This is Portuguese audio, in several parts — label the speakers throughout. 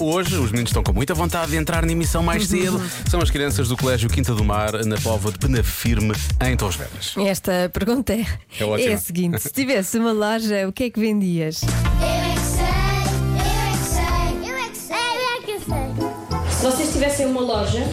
Speaker 1: Hoje os meninos estão com muita vontade de entrar na emissão mais cedo. São as crianças do Colégio Quinta do Mar, na Póvoa de Penafirme, em Torres Vedras.
Speaker 2: Esta pergunta é,
Speaker 1: É ótima.
Speaker 2: é a seguinte: se tivesse uma loja, o que é que vendias?
Speaker 3: Eu é que sei, eu é que sei, eu é que sei, eu é que sei.
Speaker 4: Se vocês tivessem uma loja,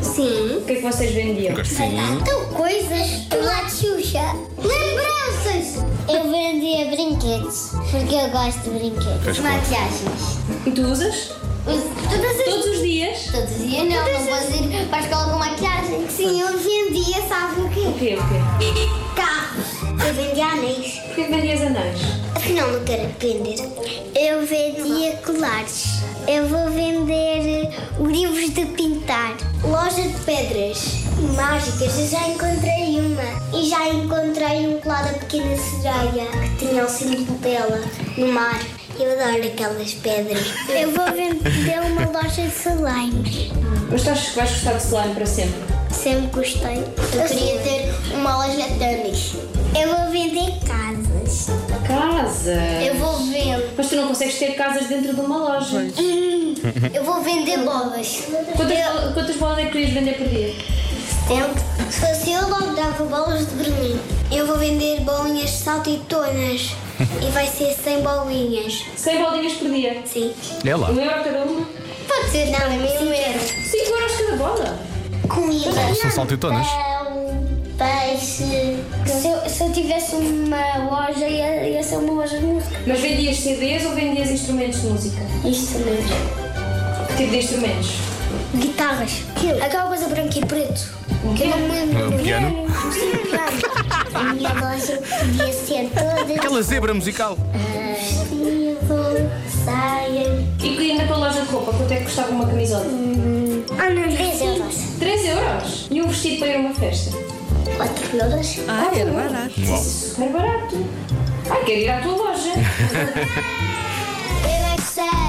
Speaker 3: Sim.
Speaker 4: o que é que vocês vendiam?
Speaker 3: Então, coisas do lado xuxa. Lembranças! Eu vendia brinquedos, porque eu gosto de brinquedos. Maquiagens.
Speaker 4: E tu usas?
Speaker 3: Os- Todas as.
Speaker 4: Todos os dias?
Speaker 3: Todos os dias não, não posso ir para a escola com maquiagem. Sim, eu vendia, sabe o
Speaker 4: O
Speaker 3: quê?
Speaker 4: quê? O quê?
Speaker 3: Carros. Eu vendia anéis.
Speaker 4: Porquê que vendias anéis?
Speaker 3: Afinal, não quero vender. Eu vendia colares. Eu vou vender livros de pintar. Loja de pedras. Mágicas, eu já encontrei uma. E já encontrei um colar da pequena sereia que tinha o símbolo dela no mar. Eu adoro aquelas pedras. Eu vou vender uma loja de slimes.
Speaker 4: Mas tu achas que vais gostar de slime para sempre?
Speaker 3: Sempre gostei. Eu queria ter uma loja de tênis. Eu vou vender casas.
Speaker 4: Casa!
Speaker 3: vou vender.
Speaker 4: Mas tu não consegues ter casas dentro de uma loja.
Speaker 3: Eu vou vender bolas.
Speaker 4: Quantas, bo- quantas bolas é que querias vender por dia?
Speaker 3: Se fosse eu, logo dava bolas de Berlim. Eu vou vender bolinhas saltitonas. e vai ser 100 bolinhas.
Speaker 4: 100 bolinhas por dia.
Speaker 3: Sim.
Speaker 1: É lá.
Speaker 4: Um euro cada uma?
Speaker 3: Pode ser, não, é mesmo mesmo.
Speaker 4: 5 euros cada bola?
Speaker 3: Comida.
Speaker 1: São saltitonas?
Speaker 3: é um Peixe. Se eu, se eu tivesse uma loja, ia, ia ser uma loja de música.
Speaker 4: Mas vendias CDs ou vendias instrumentos de música?
Speaker 3: Isto mesmo.
Speaker 4: Que tipo de instrumentos?
Speaker 3: Guitarras. Aquela coisa branca e preto.
Speaker 4: O quê?
Speaker 1: Um piano?
Speaker 3: Sim, piano. A minha loja podia ser toda
Speaker 1: Aquela zebra musical.
Speaker 3: Vestido, saia.
Speaker 4: E que ainda para a loja de roupa, quanto é que custava uma camisola?
Speaker 3: Ah, não, 3 euros.
Speaker 4: 3 euros? E um vestido para ir a uma festa?
Speaker 3: 4 euros?
Speaker 2: Ah, era barato.
Speaker 4: Super barato. Ai, quero ir à tua loja.
Speaker 3: Eu é que sei,